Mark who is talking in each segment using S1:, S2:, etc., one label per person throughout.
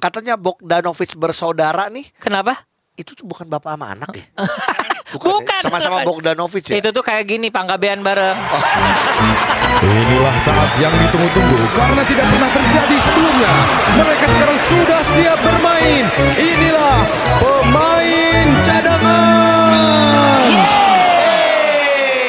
S1: katanya Bogdanovic bersaudara nih
S2: Kenapa?
S1: itu tuh bukan bapak sama anak ya
S2: Bukan.
S1: ya? sama-sama Bogdanovic ya
S2: Itu tuh kayak gini panggabean bareng.
S1: Oh.
S3: Inilah saat yang ditunggu-tunggu karena tidak pernah terjadi sebelumnya. Mereka sekarang sudah siap bermain. Inilah pemain cadangan.
S2: Iya,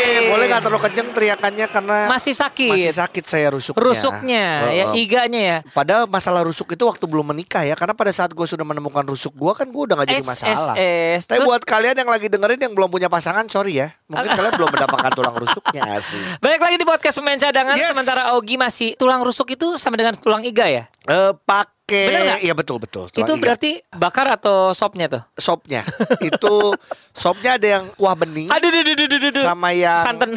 S1: Eh, boleh nggak terlalu kenceng teriakannya karena
S2: Masih sakit.
S1: Iya. masih sakit Oh, saya rusuknya
S2: Rusuknya ya
S1: Heeh.
S2: iganya ya.
S1: Padahal masalah rusuk itu waktu belum menikah ya Karena pada saat gue sudah menemukan rusuk gue kan gue udah gak jadi
S2: S,
S1: masalah
S2: S, S.
S1: Tapi
S2: Lu-
S1: buat kalian yang lagi dengerin yang belum punya pasangan sorry ya Mungkin kalian belum mendapatkan tulang rusuknya asli
S2: Balik lagi di podcast pemain cadangan
S1: Yes.
S2: sementara Ogi masih tulang rusuk itu sama dengan tulang iga ya.
S1: eh
S2: Bener nggak?
S1: Pakai Iya betul-betul
S2: itu berarti bakar atau sopnya tuh?
S1: Sopnya Itu sopnya ada yang kuah bening
S2: Aduh, duh, duh, duh, duh, duh, duh.
S1: Hmm? Sama yang- Iya.
S2: santan.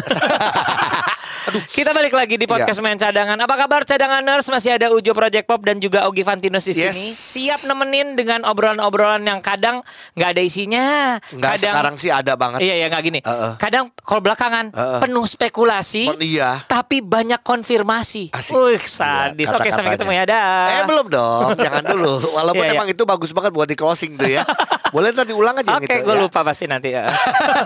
S2: Kita balik lagi di podcast main cadangan. Apa kabar cadanganers? Masih ada Ujo Project Pop dan juga Ogi Vantinus di
S1: Yes.
S2: sini. Siap nemenin dengan obrolan-obrolan yang kadang nggak ada isinya.
S1: Enggak
S2: kadang
S1: sekarang sih ada banget
S2: Iya ya nggak gini.
S1: Heeh.
S2: Kadang kalau belakangan
S1: Heeh.
S2: penuh spekulasi.
S1: Oh, iya.
S2: Tapi banyak konfirmasi. Wih, sadis.
S1: Iya,
S2: Oke,
S1: kata-katanya.
S2: sampai ketemu ya. Dah.
S1: Eh belum dong, jangan dulu. Walaupun
S2: Iya, iya.
S1: emang itu bagus banget buat di closing tuh ya. Boleh ntar diulang aja yang
S2: Oke,
S1: itu,
S2: gue
S1: ya.
S2: lupa pasti nanti. ya.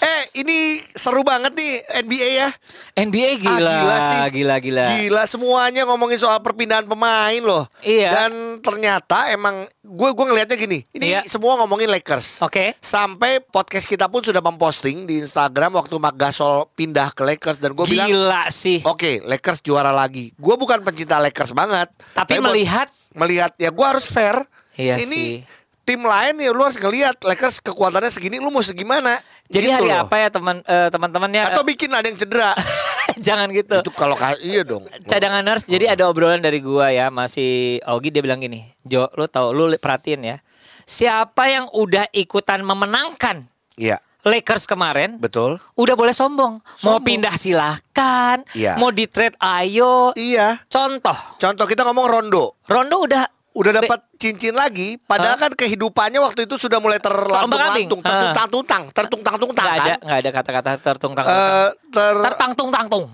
S1: eh ini seru banget nih NBA ya.
S2: NBA
S1: Ah,
S2: gila,
S1: gila sih.
S2: gila, gila.
S1: Gila semuanya ngomongin soal perpindahan pemain loh.
S2: Iya.
S1: Dan ternyata emang gue gue ngelihatnya gini. Ini
S2: Iya.
S1: semua ngomongin Lakers.
S2: Oke.
S1: Sampai podcast kita pun sudah memposting di Instagram waktu Mark Gasol pindah ke Lakers dan gue bilang Oh,
S2: gila sih.
S1: Oke, Lakers juara lagi. Gue bukan pencinta Lakers banget,
S2: Tapi
S1: buat-
S2: melihat-
S1: melihat ya gue harus fair.
S2: Iya
S1: Ini
S2: sih.
S1: tim lain ya lu harus ngelihat Lakers kekuatannya segini, lu mau segimana?
S2: Jadi
S1: Gitu
S2: hari
S1: loh.
S2: apa ya teman eh, teman-teman ya?
S1: Atau bikin ada yang cedera?
S2: jangan gitu.
S1: Itu Oh. kalau ka- iya dong.
S2: Cadangan nurse, jadi ada obrolan dari gua ya masih Ogi dia bilang gini, Jo, lu tahu lu li- perhatiin ya. Siapa yang udah ikutan memenangkan
S1: Iya,
S2: Lakers kemarin,
S1: betul.
S2: udah boleh sombong. Mau
S1: Sombong.
S2: pindah silahkan,
S1: Iya.
S2: mau di trade ayo.
S1: Iya.
S2: Contoh,
S1: Contoh kita ngomong Rondo.
S2: Rondo udah
S1: Udah
S2: Be-
S1: dapat cincin lagi, padahal kan kehidupannya waktu itu sudah mulai terlantung-lantung,
S2: Terombang-ambing. Ah.
S1: tertutang-tutang, tertungtang-tungtang
S2: nggak ada
S1: kan.
S2: nggak ada kata-kata tertungtang.
S1: Eh, ter-
S2: tertangtung tangtung.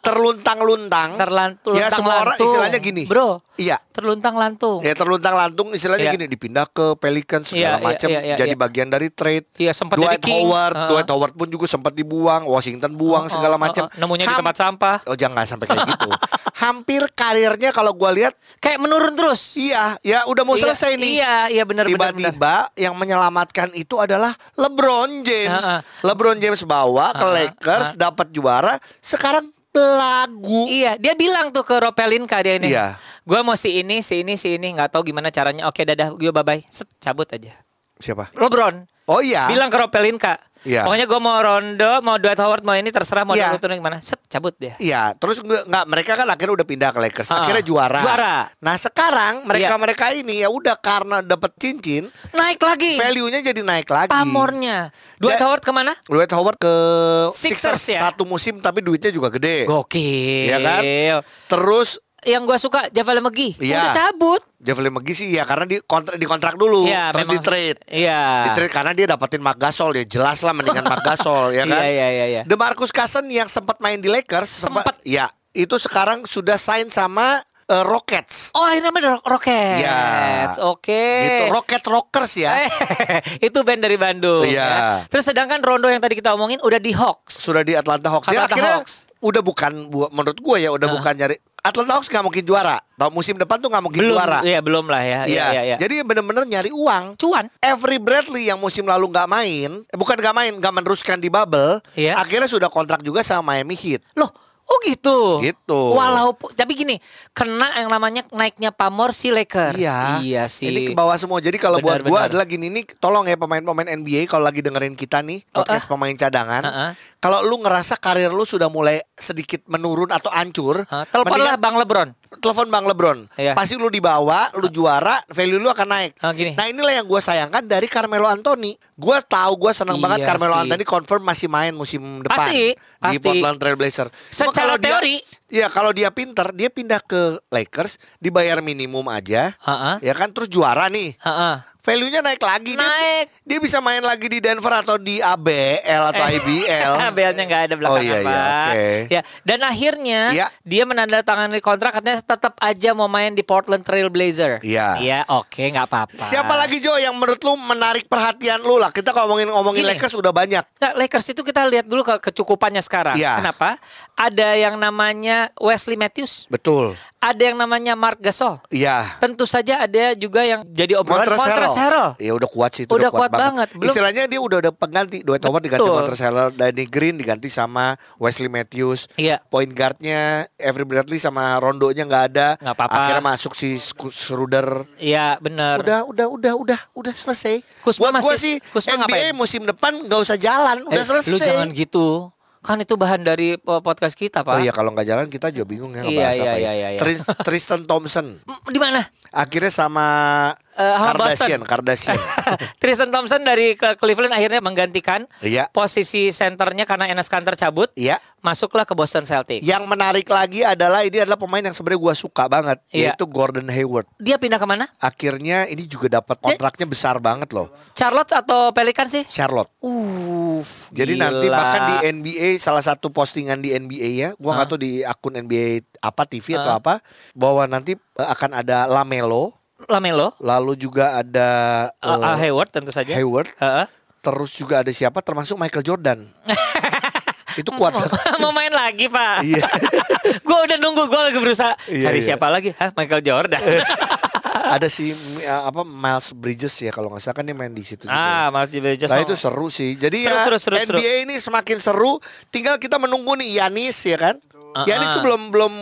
S1: terluntang-luntang.
S2: Terlantung.
S1: Ya semua orang istilahnya gini.
S2: Bro.
S1: Iya.
S2: Terluntang lantung.
S1: Ya terluntang lantung istilahnya
S2: Iya.
S1: gini dipindah ke Pelican segala
S2: Iya, iya,
S1: macam
S2: iya, iya,
S1: jadi
S2: iya.
S1: bagian dari trade.
S2: Iya, sempat
S1: Dwight
S2: jadi Kings.
S1: Howard,
S2: Heeh.
S1: Dwight Howard pun juga sempat dibuang, Washington buang
S2: Oh, oh,
S1: segala
S2: oh,
S1: macam.
S2: oh. Nemunya di
S1: Ham-
S2: tempat sampah.
S1: Oh jangan nggak sampai kayak gitu. Hampir karirnya kalau gua lihat
S2: Kayak menurun terus.
S1: iya ya udah mau
S2: Iya,
S1: selesai nih.
S2: iya, iya, benar, benar,
S1: Tiba-tiba yang menyelamatkan itu adalah LeBron James.
S2: Heeh.
S1: LeBron James bawa ke
S2: Heeh,
S1: Lakers dapat juara, sekarang lagu.
S2: Iya, dia bilang tuh ke Ropelinka dia ini.
S1: Iya.
S2: Gue mau si ini, si ini, si ini, nggak tahu gimana caranya. Oke, dadah, gue bye bye. Set, cabut aja.
S1: Siapa?
S2: Lebron
S1: Oh iya.
S2: bilang ke Ropelinka.
S1: Iya.
S2: Pokoknya gue mau Rondo, mau Dwight Howard, mau ini terserah mau
S1: Iya.
S2: yeah. gimana. Set, cabut dia.
S1: Iya, terus nggak nggak, mereka kan akhirnya udah pindah ke Lakers,
S2: Ah,
S1: akhirnya juara.
S2: juara. Iya.
S1: Nah sekarang mereka mereka ini ya udah karena dapat cincin,
S2: Naik lagi.
S1: value-nya jadi naik lagi.
S2: Pamornya. Dwight
S1: Ja-
S2: Howard kemana?
S1: Dwight Howard ke Sixers,
S2: Sixers ya?
S1: satu musim tapi duitnya juga gede.
S2: Gokil.
S1: Iya kan? Terus
S2: Yang gue suka Javale McGee.
S1: Iya.
S2: Udah cabut.
S1: Javale McGee sih ya karena di kontrak di kontrak dulu,
S2: Iya,
S1: terus
S2: memang-
S1: di trade.
S2: Iya.
S1: Di trade karena dia dapetin Mark Gasol ya jelas lah mendingan Mark Gasol ya kan.
S2: Iya, iya, iya, iya.
S1: DeMarcus Cousins yang sempat main di Lakers sempat-
S2: Sempat.
S1: ya itu sekarang sudah sign sama eh, Rockets.
S2: Oh, ini namanya Ro- Rockets.
S1: Iya.
S2: Oke.
S1: Gitu, Rocket Rockers ya.
S2: Eh, itu band dari Bandung.
S1: Iya.
S2: ya. Terus sedangkan Rondo yang tadi kita omongin udah di Hawks.
S1: Sudah di Atlanta Hawks. Dia
S2: Atlanta
S1: akhirnya
S2: Hawks.
S1: udah bukan bu- menurut gue ya udah bukan nyari Atlanta Hawks nggak mungkin juara. Tahun musim depan tuh nggak mungkin
S2: belum,
S1: juara.
S2: ya belum lah ya. Iya, iya, iya.
S1: Jadi bener-bener nyari uang.
S2: cuan.
S1: Every Bradley yang musim lalu nggak main, eh, bukan nggak main, nggak meneruskan di bubble,
S2: Iya.
S1: akhirnya sudah kontrak juga sama Miami Heat.
S2: Loh, oh gitu.
S1: Gitu.
S2: Walaupun tapi gini, kena yang namanya naiknya pamor si Lakers. Iya sih.
S1: Ini ke bawah semua. Jadi kalau buat
S2: Benar,
S1: gua
S2: benar.
S1: adalah gini nih, tolong ya pemain-pemain NBA kalau lagi dengerin kita nih
S2: Oh, ah.
S1: podcast pemain cadangan.
S2: Uh-uh.
S1: Kalau lu ngerasa karir lu sudah mulai sedikit menurun atau hancur,
S2: Hah,
S1: mendingan
S2: Teleponlah Ah, Bang LeBron.
S1: telepon Bang Lebron.
S2: Iya.
S1: Pasti lu dibawa, lu juara, value lu akan naik.
S2: Ah, gini.
S1: Nah inilah yang gue sayangkan dari Carmelo Anthony. Gue tahu gue senang
S2: Iya
S1: banget Carmelo
S2: sih.
S1: Anthony confirm masih main musim depan
S2: Pasti,
S1: di
S2: pasti.
S1: Portland Trail Blazer. Cuma kalau
S2: Secara
S1: dia-
S2: teori.
S1: Iya kalau dia pinter, dia pindah ke Lakers, dibayar minimum aja,
S2: Ha-ha.
S1: ya kan terus juara nih.
S2: Heeh.
S1: value-nya naik lagi. Dia-
S2: Naik.
S1: Dia, bisa main lagi di Denver atau di ABL atau
S2: Eh,
S1: IBL.
S2: ABL-nya nggak ada belakang
S1: Oh iya,
S2: apa.
S1: iya, oke.
S2: Ya, dan akhirnya
S1: Iya.
S2: dia menandatangani kontrak katanya tetap aja mau main di Portland Trail Blazer.
S1: Iya.
S2: Iya, oke, nggak apa-apa.
S1: Siapa lagi Jo yang menurut lu menarik perhatian lu lah? Kita ngomongin ngomongin
S2: Gini.
S1: Lakers udah banyak.
S2: Nggak, Lakers itu kita lihat dulu ke kecukupannya sekarang.
S1: Iya.
S2: Kenapa? Ada yang namanya Wesley Matthews,
S1: Betul.
S2: ada yang namanya Mark Gasol.
S1: Iya.
S2: Tentu saja ada juga yang jadi obrolan
S1: Montrezl
S2: Oh, Montrezl Harrell.
S1: Harrell. Ya udah kuat sih itu
S2: Udah kuat banget, belum-
S1: Istilahnya dia udah ada pengganti. Dua tower diganti
S2: Betul.
S1: Montrezl Harrell, Danny Green diganti sama Wesley Matthews.
S2: Iya.
S1: Point guardnya Avery Bradley sama Rondonya nggak ada.
S2: Nggak apa-apa.
S1: Akhirnya masuk si Sku- Schroeder.
S2: Iya, benar.
S1: Udah, udah, udah, udah, udah selesai.
S2: Kusma
S1: Buat gua
S2: masih-
S1: sih
S2: Kusma
S1: NBA
S2: ngapain?
S1: musim depan nggak usah jalan, udah
S2: Eh,
S1: selesai.
S2: Lu jangan gitu. Kan itu bahan dari po- podcast kita, Pak.
S1: Oh iya kalau nggak jalan kita juga bingung ya
S2: Iya,
S1: ngebahas
S2: iya,
S1: apa ya.
S2: iya, iya, iya.
S1: Tris- Tristan Thompson
S2: M- Di mana?
S1: akhirnya sama
S2: Eh, sama
S1: Kardashian,
S2: Boston.
S1: Kardashian.
S2: Tristan Thompson dari Cle- Cleveland akhirnya menggantikan
S1: Iya.
S2: posisi senternya karena Enes Kanter cabut.
S1: Iya.
S2: Masuklah ke Boston Celtics.
S1: Yang menarik lagi adalah ini adalah pemain yang sebenarnya gua suka banget
S2: Iya.
S1: yaitu Gordon Hayward.
S2: dia pindah ke mana?
S1: Akhirnya ini juga dapat kontraknya besar banget loh
S2: Charlotte atau Pelican sih?
S1: Charlotte.
S2: Uff.
S1: Jadi
S2: gila.
S1: nanti bahkan di NBA salah satu postingan di NBA ya, gua nggak tahu di akun NBA apa TV atau apa bahwa nanti eh, akan ada Lamelo,
S2: Lamelo,
S1: lalu juga ada
S2: uh,
S1: eh,
S2: Al Hayward tentu saja.
S1: Oh. Hayward.
S2: Heeh.
S1: Terus juga ada siapa termasuk Michael Jordan. itu kuat.
S2: Mau main lagi pak?
S1: Iya.
S2: gue udah nunggu, gue lagi berusaha
S1: Iya, Eh.
S2: cari
S1: iya.
S2: siapa lagi? Hah, Michael Jordan.
S1: ada si mm, ya, apa Miles Bridges ya kalau nggak salah kan dia main di situ juga.
S2: ah, Mas Jibril
S1: Nah itu seru sih. Jadi
S2: Seru,
S1: ya
S2: seru, seru, seru.
S1: NBA ini semakin seru. Tinggal kita menunggu nih Yanis ya kan. Yanis
S2: Ah,
S1: tuh belum belum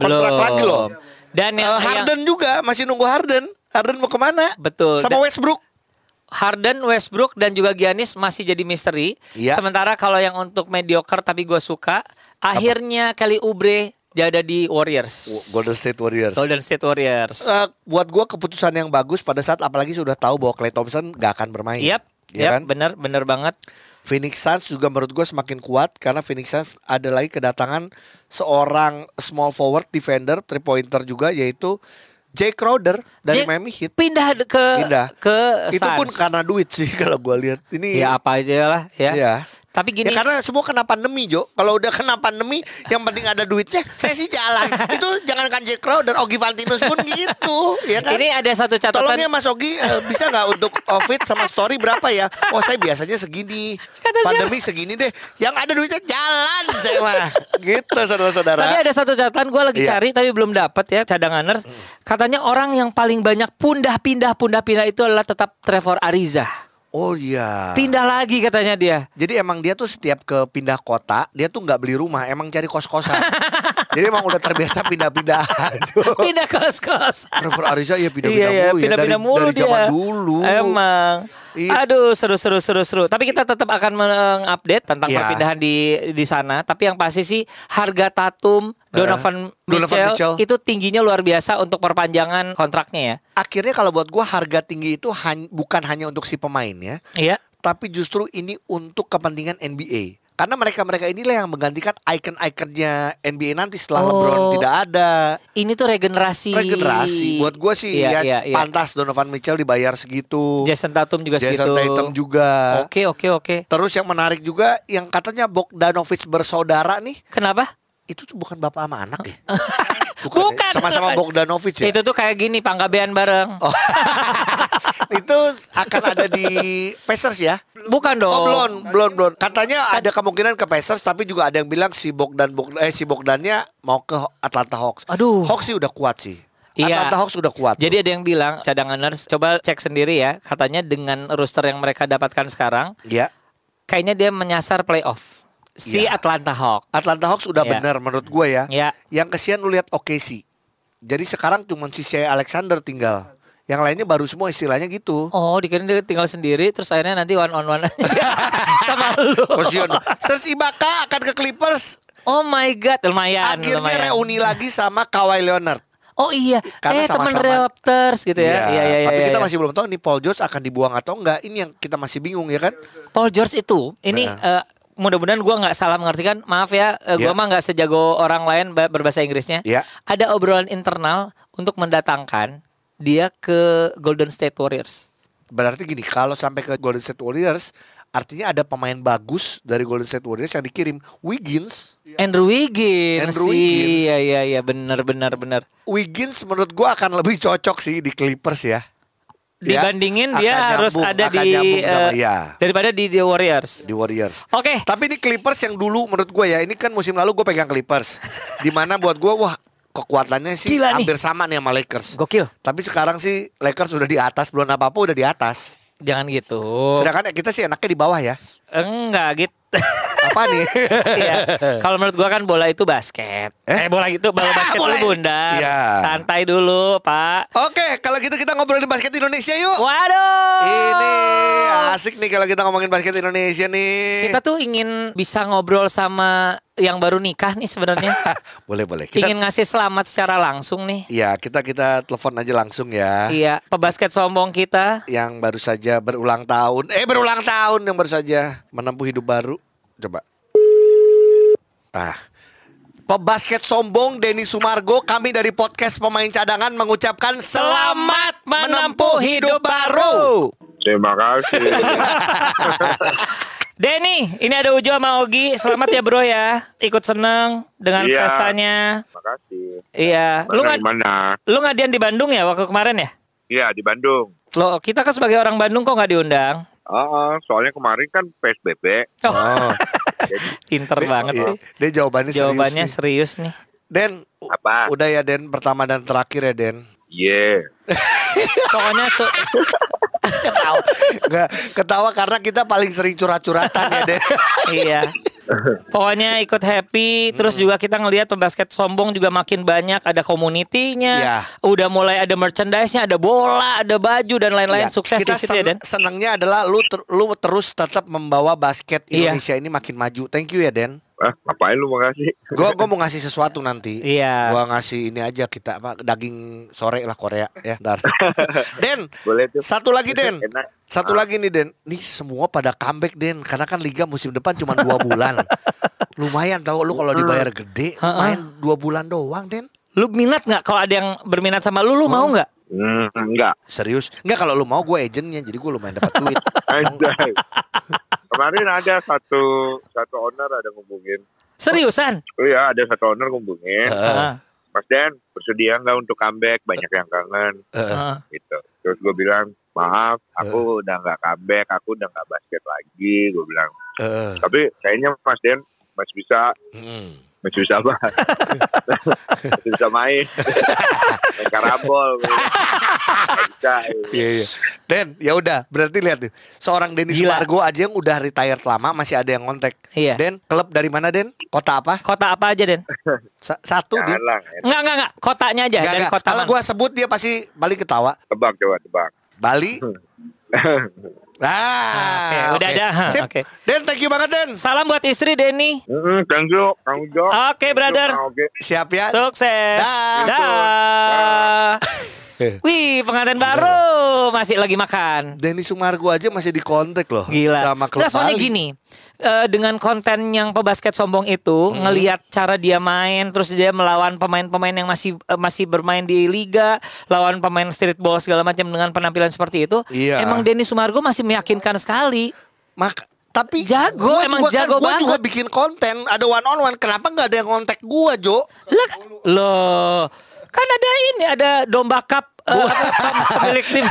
S1: kontrak lagi loh.
S2: Dan yang,
S1: Eh,
S2: yang-
S1: Harden juga masih nunggu Harden. Harden mau kemana?
S2: Betul.
S1: Sama
S2: Da-
S1: Westbrook.
S2: Harden, Westbrook dan juga Giannis masih jadi misteri.
S1: Iya.
S2: Sementara kalau yang untuk mediocre tapi gue suka, akhirnya Kelly Oubre dia ada di Warriors.
S1: Golden State Warriors.
S2: Golden State Warriors.
S1: Oh, Eh, buat gua keputusan yang bagus pada saat apalagi sudah tahu bahwa Clay Thompson gak akan bermain.
S2: Yap,
S1: Ya
S2: yap,
S1: kan?
S2: bener, bener banget.
S1: Phoenix Suns juga menurut gue semakin kuat karena Phoenix Suns ada lagi kedatangan seorang small forward defender three pointer juga yaitu Jay Crowder dari
S2: Dia
S1: Miami Heat
S2: Pindah de- ke
S1: pindah
S2: ke
S1: itu pun kan
S2: Suns.
S1: karena duit sih kalau gue lihat ini
S2: ya apa aja lah ya.
S1: Iya.
S2: Tapi
S1: Ya
S2: gini,
S1: karena semua kena pandemi Jo Kalau udah kena pandemi Yang penting ada duitnya Saya sih jalan Itu jangankan Jay Crowder Ogi Vantinus pun gitu ya kan?
S2: ini ada satu catatan.
S1: Tolongnya Mas Ogi eh, bisa nggak untuk Covid sama story berapa ya? Oh saya biasanya segini.
S2: Kata
S1: Pandemi segini deh. Yang ada duitnya jalan saya mah. Gitu saudara-saudara.
S2: Tapi ada satu catatan gue lagi
S1: Iya. Hmm.
S2: cari tapi belum dapat ya cadanganers. Katanya orang yang paling banyak pindah-pindah pindah-pindah itu adalah tetap Trevor Ariza.
S1: Oh iya.
S2: Pindah lagi katanya dia.
S1: Jadi emang dia tuh setiap ke pindah kota, dia tuh nggak beli rumah, emang cari kos-kosan. Jadi emang udah terbiasa pindah-pindah. Aduh.
S2: Pindah kos-kos.
S1: Trevor Ariza ya pindah-pindah
S2: Iya
S1: mulu
S2: ya,
S1: ya dari,
S2: pindah-pindah mulu
S1: dari
S2: dia.
S1: zaman dulu.
S2: Emang.
S1: Iya.
S2: Aduh, seru seru seru seru. Tapi kita tetap akan mengupdate tentang
S1: Iya.
S2: perpindahan di di sana. Tapi yang pasti sih harga Tatum, Donovan,
S1: Eh, Donovan
S2: Mitchell,
S1: Mitchell.
S2: itu tingginya luar biasa untuk perpanjangan kontraknya ya.
S1: Akhirnya kalau buat gua harga tinggi itu han- bukan hanya untuk si pemain ya,
S2: Iya.
S1: tapi justru ini untuk kepentingan NBA. Karena mereka-mereka inilah yang menggantikan icon-iconnya NBA nanti setelah
S2: Oh.
S1: LeBron tidak ada.
S2: Ini tuh regenerasi.
S1: Regenerasi buat gue sih
S2: Iya,
S1: ya
S2: iya, iya.
S1: pantas Donovan Mitchell dibayar segitu.
S2: Jason Tatum juga
S1: Jason
S2: segitu.
S1: Tatum juga.
S2: Oke, oke, oke.
S1: Terus yang menarik juga yang katanya Bogdanovic bersaudara nih,
S2: Kenapa?
S1: itu tuh bukan bapak sama anak ya? ya?
S2: Bukan.
S1: Sama-sama Bogdanovic ya?
S2: Itu tuh kayak gini panggabean bareng.
S1: Oh. itu akan ada di Pacers ya?
S2: Bukan dong.
S1: Oh, belum, belum, belum.
S2: Kan-
S1: Katanya ada kemungkinan ke Pacers, tapi juga ada yang bilang si Bogdan, Bogdan eh si Bogdannya mau ke Atlanta Hawks.
S2: Aduh.
S1: Hawks sih udah kuat sih.
S2: Iya.
S1: Atlanta Hawks udah kuat.
S2: Jadi ada yang bilang cadanganers coba cek sendiri ya, katanya dengan roster yang mereka dapatkan sekarang,
S1: ya.
S2: kayaknya dia menyasar playoff. Si
S1: Iya.
S2: Atlanta Hawks.
S1: Atlanta Hawks udah
S2: Iya.
S1: bener menurut gue ya.
S2: Iya.
S1: Yang kesian lu lihat OKC. Jadi sekarang cuma si Shea Alexander tinggal. Yang lainnya baru semua istilahnya gitu.
S2: Oh, dikira dia tinggal sendiri terus akhirnya nanti one on one aja sama lu.
S1: Kesian. Serge Ibaka akan ke Clippers.
S2: Oh my god, lumayan
S1: Akhirnya
S2: lumayan.
S1: reuni lagi sama Kawhi Leonard.
S2: Oh iya,
S1: Karena
S2: eh teman
S1: sama-sama.
S2: Raptors gitu ya. Iya iya iya.
S1: Tapi kita
S2: iya.
S1: masih belum tahu nih Paul George akan dibuang atau enggak. Ini yang kita masih bingung ya kan.
S2: Paul George itu ini eh, mudah-mudahan gua nggak salah mengartikan maaf ya eh,
S1: Nah. Ya.
S2: gua mah nggak sejago orang lain ba- berbahasa Inggrisnya
S1: Ya.
S2: ada obrolan internal untuk mendatangkan dia ke Golden State Warriors
S1: Berarti gini, kalau sampai ke Golden State Warriors, artinya ada pemain bagus dari Golden State Warriors yang dikirim. Wiggins,
S2: Andrew
S1: Ya.
S2: Wiggins.
S1: Andrew Wiggins.
S2: Iya iya iya benar benar benar.
S1: Wiggins menurut gua akan lebih cocok sih di Clippers ya. Ya,
S2: Dibandingin dia
S1: akan
S2: harus
S1: nyambung-
S2: ada
S1: akan
S2: di
S1: nyambung sama,
S2: eh,
S1: ya,
S2: daripada di The Warriors.
S1: di Warriors.
S2: Oke.
S1: Tapi ini Clippers yang dulu menurut gue ya, ini kan musim lalu gue pegang Clippers. Dimana buat gue wah kekuatannya sih
S2: Gila nih.
S1: hampir sama nih sama Lakers.
S2: Gokil.
S1: Tapi sekarang sih Lakers sudah di atas, belum apa-apa udah di atas.
S2: Jangan gitu.
S1: Sedangkan kita sih enaknya di bawah ya.
S2: Enggak gitu.
S1: Apa nih?
S2: Iya. Kalau menurut gua kan bola itu basket. Eh,
S1: Eh?
S2: bola itu bola
S1: Ah,
S2: basket
S1: bola.
S2: dulu bunda.
S1: Iya.
S2: Santai dulu, Pak.
S1: Oke, kalau gitu kita ngobrolin basket Indonesia yuk.
S2: Waduh.
S1: Ini asik nih kalau kita ngomongin basket Indonesia nih.
S2: Kita tuh ingin bisa ngobrol sama yang baru nikah nih sebenarnya.
S1: boleh boleh. Kita,
S2: ingin ngasih selamat secara langsung nih.
S1: ya kita kita telepon aja langsung ya.
S2: Iya, pebasket sombong kita.
S1: Yang baru saja berulang tahun, eh berulang tahun yang baru saja menempuh hidup baru. Coba. Ah. Pebasket sombong Denny Sumargo kami dari podcast pemain cadangan mengucapkan
S2: Selamat
S1: selamat
S2: menempuh hidup baru.
S4: Terima kasih.
S2: Denny, ini ada Ujo sama Ogi. Selamat ya bro ya. Ikut seneng dengan
S4: Iya.
S2: pestanya.
S4: Terima kasih.
S2: Iya. Lu
S4: Mana
S2: nggak
S4: di mana?
S2: lu ngadian di Bandung ya waktu kemarin ya?
S4: Iya di Bandung.
S2: Lo kita kan sebagai orang Bandung kok nggak diundang?
S4: Ah, soalnya kemarin kan PSBB.
S1: Oh,
S2: Pinter banget
S1: iya.
S2: sih.
S1: Dia jawabannya,
S2: Jawabannya
S1: serius. nih.
S2: serius nih.
S1: Den, u-
S4: Apa?
S1: udah ya Den pertama dan terakhir ya Den.
S4: Iya.
S2: Pokoknya su- su-
S1: Ketawa, Nggak, ketawa karena kita paling sering curhat-curhatan ya Den.
S2: iya. Pokoknya ikut happy, terus
S1: Hmm.
S2: juga kita ngelihat pebasket sombong juga makin banyak, ada
S1: Iya.
S2: komunitinya, udah mulai ada merchandise-nya, ada bola, ada baju dan lain-lain.
S1: Ya,
S2: Sukses
S1: kita
S2: di situ ya,
S1: sen-
S2: Dan.
S1: senangnya adalah lu ter- lu terus tetap membawa basket
S2: Iya.
S1: Indonesia ini makin maju. Thank you ya Den.
S4: Ah, ngapain lu makasih?
S1: Gua gua mau ngasih sesuatu nanti.
S2: Iya.
S1: Gua ngasih ini aja kita apa daging sore lah Korea ya. Ntar. Den,
S4: Boleh tuh.
S1: satu lagi Den.
S4: Enak.
S1: Satu lagi nih Den, nih semua pada comeback Den, karena kan liga musim depan cuma dua bulan. Lumayan tau lu kalau
S4: Hmm.
S1: dibayar gede, main dua bulan doang Den.
S2: Lu minat nggak kalau ada yang berminat sama lu, lu mau nggak?
S4: Hmm, enggak.
S1: Serius, nggak kalau lu mau gue agentnya, jadi gue lumayan dapat duit.
S4: Anjay. kemarin ada satu satu owner ada ngubungin.
S2: Seriusan? Ah,
S4: Oh iya, ada satu owner
S1: Eh,
S4: ngubungin.
S2: Heeh.
S4: Mas Den, bersedia nggak untuk comeback? Banyak yang kangen.
S1: Eh,
S2: Heeh.
S4: gitu. Terus gue bilang, maaf, aku udah nggak comeback, aku udah nggak basket lagi. Gue bilang,
S1: Heeh.
S4: tapi kayaknya Mas Den masih bisa
S1: Mm.
S4: masih bisa apa? masih bisa main. main karambol. gue. Nggak bisa.
S1: Iya iya. Den, ya udah, berarti lihat tuh. Seorang Denny
S2: Gila.
S1: Sumargo aja yang udah retired lama masih ada yang kontak.
S2: Iya.
S1: Den, klub dari mana Den? Kota apa?
S2: Kota apa aja, Den?
S1: Sa- satu Den.
S4: Jangan lah.
S2: Enggak, enggak, enggak. Kotanya aja
S1: Nggak,
S2: Iya, dari
S1: nggak.
S2: kota
S1: Kalau
S2: mana.
S1: gua sebut dia pasti balik ketawa.
S4: Tebak coba tebak.
S1: Bali.
S2: Ah,
S1: Ah,
S2: oke, udah
S1: oke.
S2: ada, ha,
S1: Sip.
S2: oke.
S1: Den, thank you banget Den.
S2: Salam buat istri Denny.
S4: Mm, thank you, Kang Ujo.
S2: Oke, brother.
S4: Kang Oge.
S1: Siap ya.
S2: Sukses.
S1: Dah.
S2: Dah. Wih, pengantin baru masih lagi makan.
S1: Denny Sumargo aja masih di kontak loh
S2: Gila.
S1: sama klub
S2: Nggak, soalnya
S1: Bali.
S2: gini, eh, dengan konten yang pebasket sombong itu
S1: Hmm.
S2: ngelihat cara dia main, terus dia melawan pemain-pemain yang masih eh, masih bermain di liga, lawan pemain streetball segala macam dengan penampilan seperti itu,
S1: Iya.
S2: emang Denny Sumargo masih meyakinkan sekali.
S1: Mak tapi
S2: Jago,
S1: gua
S2: emang
S1: juga kan-
S2: jago
S1: gua juga
S2: banget.
S1: bikin konten, ada one on one. Kenapa nggak ada yang kontak gua, Jo?
S2: Lah, loh, kan ada ini ada domba cup eh, apa, pem- pemilik tim.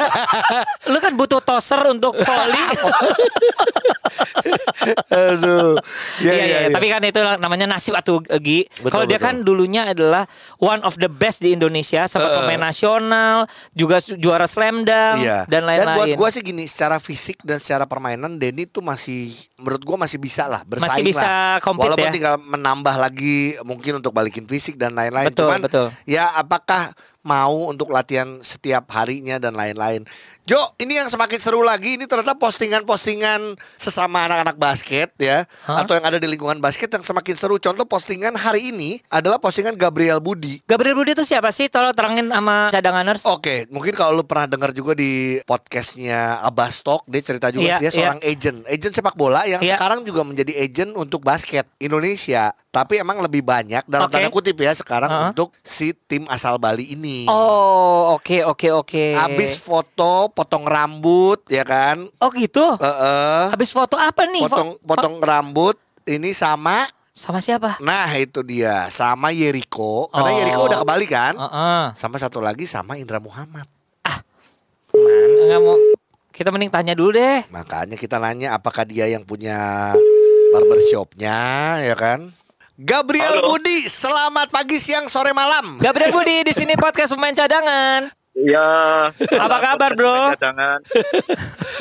S2: Lu kan butuh toser untuk volley.
S1: Aduh.
S2: Iya, iya, tapi kan itu namanya nasib atau Gi.
S1: Betul,
S2: Kalau dia
S1: betul.
S2: kan dulunya adalah one of the best di Indonesia,
S1: Eh,
S2: sempat pemain nasional, juga su- juara slam dunk
S1: Iya.
S2: dan
S1: buat
S2: lain-lain.
S1: gua sih gini, secara fisik dan secara permainan Denny tuh masih menurut gua masih bisa lah bersaing
S2: Masih bisa
S1: lah.
S2: compete
S1: Walaupun
S2: ya.
S1: tinggal menambah lagi mungkin untuk balikin fisik dan lain-lain.
S2: Betul,
S1: Cuman
S2: betul.
S1: ya apakah mau untuk latihan setiap harinya dan lain-lain. Jo, ini yang semakin seru lagi ini ternyata postingan-postingan sesama sama anak-anak basket ya atau yang ada di lingkungan basket yang semakin seru. Contoh postingan hari ini adalah postingan Gabriel Budi.
S2: Gabriel Budi itu siapa sih? Tolong terangin sama cadanganers.
S1: Oke, mungkin kalau lu pernah dengar juga di podcastnya Abbas Talk, dia cerita juga
S2: Iya,
S1: dia seorang agent, agent sepak bola yang
S2: Iya.
S1: sekarang juga menjadi agent untuk basket Indonesia. Tapi emang lebih banyak dalam
S2: Oke.
S1: tanda kutip ya sekarang
S2: Heeh.
S1: untuk si tim asal Bali ini.
S2: Oh, oke oke oke.
S1: Abis foto, potong rambut, ya kan?
S2: Oh gitu.
S1: Heeh.
S2: Habis foto apa nih? Fo-
S1: potong potong rambut ini sama
S2: sama siapa?
S1: nah itu dia sama Yeriko karena
S2: Oh.
S1: Yeriko udah ke Bali kan
S2: Heeh.
S1: sama satu lagi sama Indra Muhammad
S2: Mana nggak mau. Kita mending tanya dulu deh.
S1: makanya kita nanya apakah dia yang punya barbershopnya ya kan Gabriel
S5: Halo.
S1: Budi selamat pagi siang sore malam
S2: Gabriel Budi di sini podcast pemain cadangan.
S5: Iya.
S2: Apa kabar, bro?
S5: Cadangan.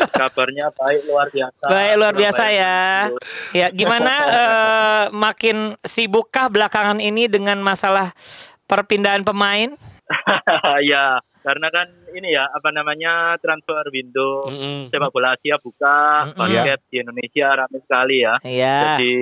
S5: Kabarnya baik luar biasa.
S2: Baik luar biasa
S5: Baik.
S2: ya. Ya, gimana eh, makin sibukkah belakangan ini dengan masalah perpindahan pemain?
S5: ya, karena kan ini ya apa namanya transfer window
S1: Mm-mm.
S5: sepak bola Asia buka
S2: Mm-mm.
S5: basket di Indonesia ramai sekali ya.
S2: Iya.
S5: Jadi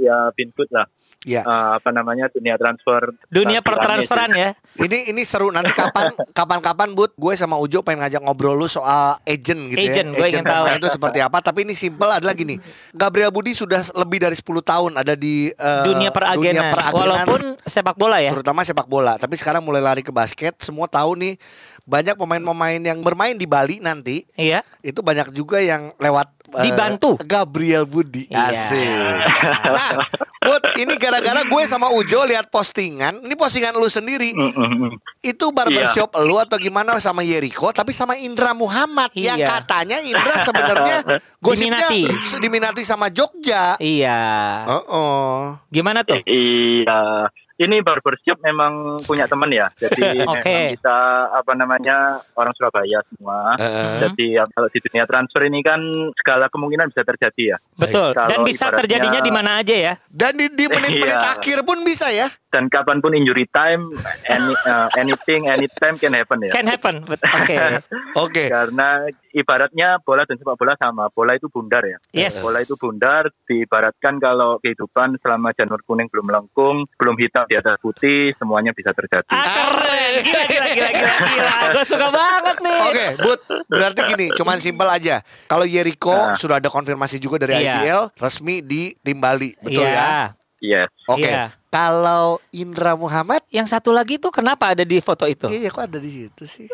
S5: ya pinput lah
S1: ya
S5: eh, apa namanya dunia transfer
S2: Dunia
S5: Transferannya
S2: pertransferan
S5: sih.
S2: ya.
S1: ini ini seru nanti kapan kapan kapan but gue sama Ujo pengen ngajak ngobrol lu soal agent gitu ya
S2: Agent, gue ingin tahu.
S1: pemain itu seperti apa tapi ini simple adalah gini Gabriel Budi sudah lebih dari 10 tahun ada di eh,
S2: dunia peragenan.
S1: peragenan,
S2: Walaupun sepak bola ya.
S1: terutama sepak bola tapi sekarang mulai lari ke basket semua tahu nih banyak pemain-pemain yang bermain di Bali nanti
S2: Iya.
S1: itu banyak juga yang lewat eh,
S2: Dibantu.
S1: Gabriel Budi
S2: Iya.
S1: asik. Nah, Bud, ini gara-gara gue sama Ujo lihat postingan, ini postingan lu sendiri.
S5: Mm-mm.
S1: Itu barbershop lu atau gimana sama Yeriko tapi sama Indra Muhammad yang
S2: Iya.
S1: katanya Indra sebenarnya gosipnya
S2: Diminati.
S1: s- diminati sama Jogja.
S2: Iya.
S1: Oh,
S2: Gimana
S5: Eh,
S2: tuh?
S5: Iya. Ini barbershop memang punya teman ya. Jadi
S2: Oke.
S5: memang kita apa namanya orang Surabaya semua. Jadi ya, kalau di dunia transfer ini kan segala kemungkinan bisa terjadi ya.
S2: Betul.
S5: Kalau
S2: Dan bisa
S5: ibaratnya-
S2: terjadinya di mana aja ya.
S1: Dan di, di menit-menit
S5: Iya.
S1: akhir pun bisa ya.
S5: Dan kapanpun injury time, any, uh, anything, anytime can happen ya.
S2: Can happen. Bet- Oke.
S1: Oke.
S5: Karena ibaratnya bola dan sepak bola sama. Bola itu bundar ya.
S2: Yes.
S5: Bola itu bundar diibaratkan kalau kehidupan selama janur kuning belum melengkung, belum hitam di atas putih, semuanya bisa terjadi.
S2: Ah keren. Gila gila gila gila. gila. Gue suka banget nih.
S1: Oke, Bud. Berarti gini, cuman simpel aja. Kalau Yeriko
S5: Nah.
S1: sudah ada konfirmasi juga dari
S2: Iya.
S1: IPL resmi di tim Bali, betul
S2: Iya.
S1: ya?
S5: Yes.
S1: Oke.
S2: Iya.
S1: Kalau Indra Muhammad,
S2: Yang satu lagi tuh kenapa ada di foto itu?
S1: iya kok ada di situ sih?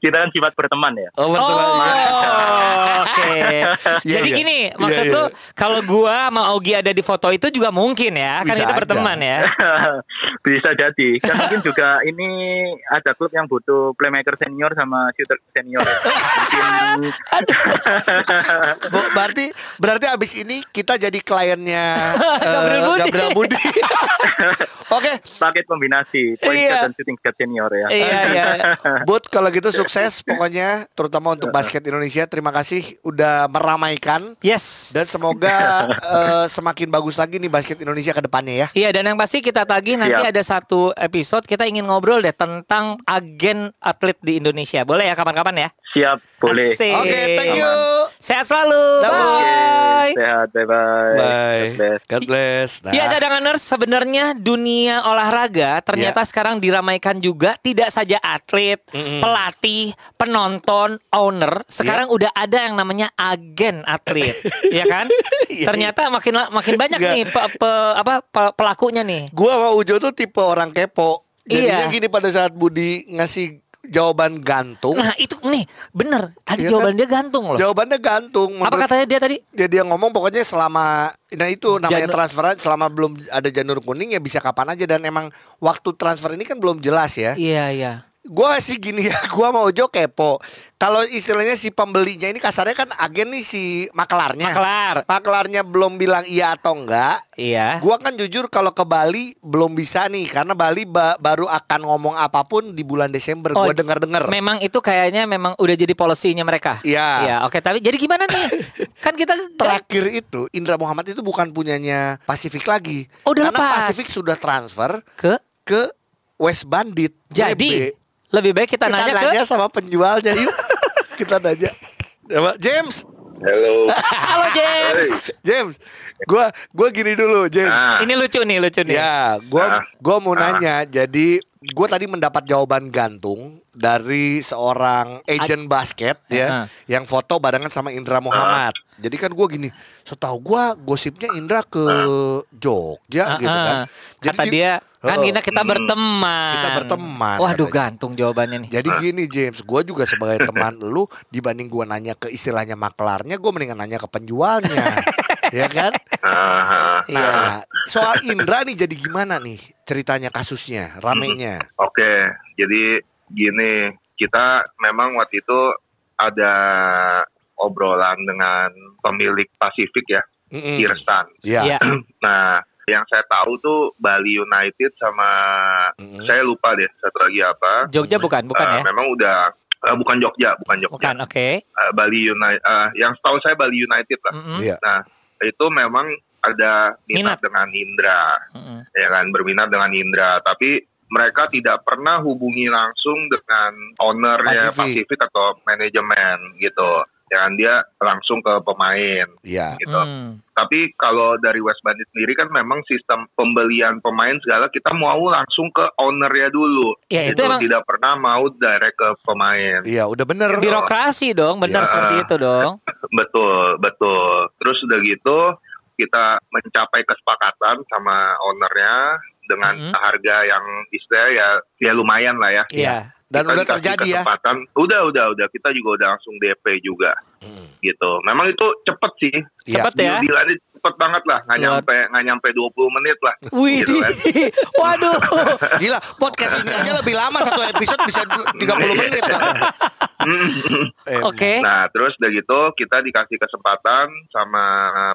S5: kita kan sifat berteman ya.
S1: Oh,
S2: Oh, oke.
S1: Iya,
S2: Jadi
S1: iya.
S2: gini,
S1: Iya,
S2: maksud
S1: iya.
S2: lu kalau gua sama Ogi ada di foto itu juga mungkin ya, kan
S1: Bisa
S2: kita
S1: aja.
S2: berteman ya.
S5: bisa jadi kan mungkin juga ini ada klub yang butuh playmaker senior sama shooter senior ya. mungkin
S1: Bu- berarti berarti abis ini kita jadi kliennya eh,
S2: Gabriel Budi.
S1: Gabriel Budi. Oke,
S5: paket kombinasi point
S2: Iya.
S5: guard dan shooting guard senior ya
S2: Iya, iya.
S1: Bud kalau gitu sukses pokoknya terutama untuk basket Indonesia. Terima kasih udah meramaikan
S2: Yes.
S1: dan semoga eh, semakin bagus lagi nih basket Indonesia ke depannya ya.
S2: Iya dan yang pasti kita tagih nanti
S5: Siap.
S2: ada satu episode kita ingin ngobrol deh tentang agen atlet di Indonesia. Boleh ya kapan-kapan ya?
S5: siap boleh
S2: Asik.
S1: Oke, thank you.
S2: Sehat selalu.
S1: Dah,
S5: Oke,
S2: Bye.
S5: sehat bye bye, God bless.
S1: God bless. Nah.
S2: Ya cadanganers sebenarnya dunia olahraga
S1: Iya.
S2: ternyata sekarang diramaikan juga tidak saja atlet, pelatih, penonton, owner. Sekarang udah ada yang namanya agen atlet, ya kan?
S1: Iya,
S2: ternyata makin la- makin banyak
S1: Nggak.
S2: nih pe- pe- apa pe- pelakunya nih.
S1: Gua sama Ujo tuh tipe orang kepo. Jadinya
S2: Iya.
S1: gini pada saat Budi ngasih jawaban gantung,
S2: Nah itu nih bener tadi
S1: Iya
S2: jawaban
S1: kan?
S2: dia gantung loh.
S1: jawabannya gantung.
S2: apa
S1: Menurut Eh.
S2: katanya dia tadi?
S1: dia dia ngomong pokoknya selama nah itu namanya
S2: Janur-
S1: transferan selama belum ada janur kuning ya bisa kapan aja dan emang waktu transfer ini kan belum jelas ya.
S2: Iya iya.
S1: Gua sih gini ya, gua mau Ujo kepo. Kalau istilahnya si pembelinya ini kasarnya kan agen nih si makelarnya.
S2: Kelar.
S1: Makelarnya belum bilang iya atau enggak.
S2: Iya.
S1: Gua kan jujur kalau ke Bali belum bisa nih karena Bali ba- baru akan ngomong apapun di bulan Desember.
S2: Oh,
S1: Gua dengar-dengar.
S2: Memang itu kayaknya memang udah jadi polisinya mereka.
S1: Iya.
S2: Iya, oke. Tapi jadi gimana nih? kan kita
S1: Terakhir itu Indra Muhammad itu bukan punyanya Pasifik lagi.
S2: Oh, udah
S1: karena
S2: lepas.
S1: Pasifik sudah transfer
S2: ke
S1: ke West Bandit.
S2: jadi
S1: WB.
S2: lebih baik kita,
S1: kita
S2: nanya,
S1: nanya,
S2: ke
S1: sama penjualnya yuk. kita nanya. Ya, Pak. James.
S4: Halo,
S2: Halo James.
S1: James, gua gua gini dulu, James.
S4: Ah.
S2: Ini lucu nih, lucu nih.
S1: Ya, gua
S4: Ah.
S1: gua mau
S4: Ah.
S1: nanya. Jadi gua tadi mendapat jawaban gantung dari seorang agent basket ya
S2: Ah.
S1: yang foto barengan sama Indra Muhammad. Jadi kan gua gini, setahu gua gosipnya Indra ke Jogja
S2: Ah,
S1: gitu kan.
S2: ah. Kata
S1: di-
S2: dia, kan
S1: Oh.
S2: kita kita berteman.
S1: Kita berteman,
S2: Waduh
S1: katanya.
S2: gantung jawabannya nih.
S1: Jadi gini James, gue juga sebagai teman lu dibanding gue nanya ke istilahnya maklarnya, gue mendingan nanya ke penjualnya, ya kan?
S4: Ah, ah.
S1: Nah, soal Indra nih jadi gimana nih ceritanya kasusnya, ramenya?
S4: Oke, jadi gini, kita memang waktu itu ada obrolan dengan pemilik Pasifik ya,
S1: Mm-mm.
S4: Irsan.
S1: Iya.
S2: Iya.
S4: Nah, yang saya tahu tuh Bali United sama
S1: Mm-mm.
S4: saya lupa deh satu lagi apa.
S2: Jogja bukan, Mm-hmm. bukan
S4: Eh,
S2: ya?
S4: Memang udah eh, bukan Jogja, bukan Jogja.
S2: Bukan, oke.
S4: Eh, Bali United yang setahu saya Bali United lah.
S2: Mm-mm,
S1: Iya.
S4: Nah, itu memang ada minat,
S2: Mm-hmm. Ya. Minat.
S4: dengan Indra.
S2: mm-mm.
S4: ya kan berminat dengan Indra tapi mereka tidak pernah hubungi langsung dengan ownernya
S1: Pasifik.
S4: Pasifik, atau manajemen gitu ya kan dia langsung ke pemain
S1: Iya.
S4: gitu
S2: Mm.
S4: tapi kalau dari West Bandit sendiri kan memang sistem pembelian pemain segala kita mau langsung ke ownernya dulu
S2: Ya, itu emang-
S4: tidak pernah mau direct ke pemain
S1: Iya, udah bener.
S2: Birokrasi dong, benar
S4: Iya.
S2: seperti itu dong.
S4: Betul, betul. Terus udah gitu kita mencapai kesepakatan sama ownernya dengan
S2: Mhm.
S4: harga yang istilah ya ya lumayan lah ya.
S2: Iya.
S1: Dan
S4: Kita
S1: udah
S4: dikasih
S1: terjadi ya.
S4: kesempatan. Udah, udah, udah. Kita juga udah langsung DP juga
S1: Mm.
S4: gitu. Memang itu cepet sih.
S1: Iya.
S2: Cepet ya.
S4: Deal-dealannya cepet banget lah. Nggak
S2: Luar-
S4: nyampe, nggak nyampe 20 menit lah.
S2: Wih,
S4: Gitu kan.
S2: waduh.
S1: Gila, podcast ini aja lebih lama satu episode bisa du-
S4: Iya.
S1: 30 menit. Eh,
S2: Oke.
S4: Nah, terus udah gitu kita dikasih kesempatan sama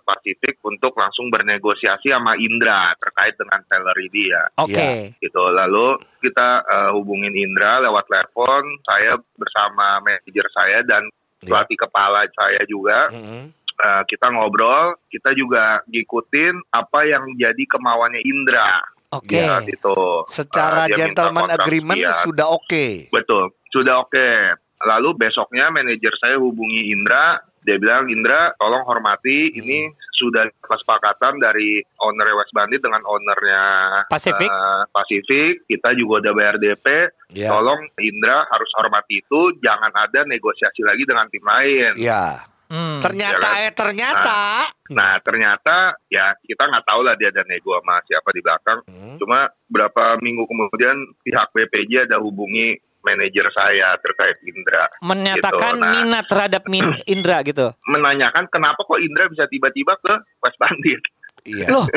S4: Pasifik untuk langsung bernegosiasi sama Indra terkait dengan salary dia.
S2: Oke.
S1: iya.
S4: gitu. Lalu kita eh, hubungin Indra lewat telepon, saya bersama manajer saya dan
S1: Iya.
S4: pelatih kepala saya juga.
S1: Mm-mm.
S4: Eh, kita ngobrol, kita juga ngikutin apa yang jadi kemauannya Indra
S2: Oke.
S4: saat itu.
S1: Secara
S4: Eh, dia minta iya.
S1: gentleman
S4: kontrak
S1: agreement
S4: sekian.
S1: sudah oke.
S4: Betul, sudah oke. Lalu besoknya manajer saya hubungi Indra, dia bilang Indra tolong hormati ini sudah kesepakatan dari owner West Bandit dengan ownernya
S2: Pasifik.
S4: eh, Pasifik, kita juga udah bayar DP.
S1: Iya.
S4: Tolong Indra harus hormati itu, jangan ada negosiasi lagi dengan tim lain.
S1: Iya.
S2: Hmm.
S1: Ternyata
S4: Iya kan?
S1: eh ternyata.
S4: Nah ternyata ya kita nggak tahu lah dia ada nego sama siapa di belakang.
S1: Hmm.
S4: Cuma berapa minggu kemudian pihak BPJ ada hubungi manajer saya terkait Indra.
S2: Menyatakan
S4: Gitu, nah.
S2: minat terhadap Min Indra gitu.
S4: menanyakan kenapa kok Indra bisa tiba-tiba ke West Bandit.
S1: Iya.
S2: Loh.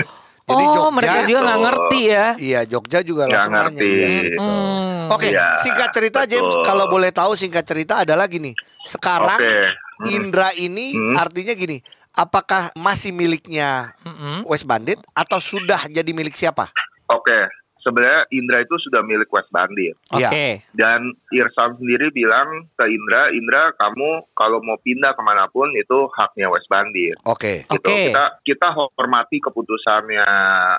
S1: Jadi
S2: oh,
S1: Jogja-
S2: mereka juga
S4: Gitu.
S2: nggak ngerti ya.
S1: Iya, Jogja juga
S4: Nggak
S1: langsung nanya.
S4: ngerti.
S1: Iya,
S4: Hmm.
S1: gitu.
S2: Hmm.
S1: Oke,
S4: Iya,
S1: singkat cerita James,
S4: betul.
S1: kalau boleh tahu singkat cerita ada lagi nih. Sekarang
S4: Oke. Hmm.
S1: Indra ini
S4: Hmm.
S1: artinya gini, apakah masih miliknya
S2: Mm-mm.
S1: West Bandit atau sudah jadi milik siapa?
S4: Oke. Sebenarnya Indra itu sudah milik West Bandit.
S2: Oke.
S1: Iya.
S4: Dan Irsan sendiri bilang ke Indra, Indra kamu kalau mau pindah kemanapun itu haknya West Bandit.
S1: Oke.
S4: Gitu.
S2: Oke.
S4: Kita kita hormati keputusannya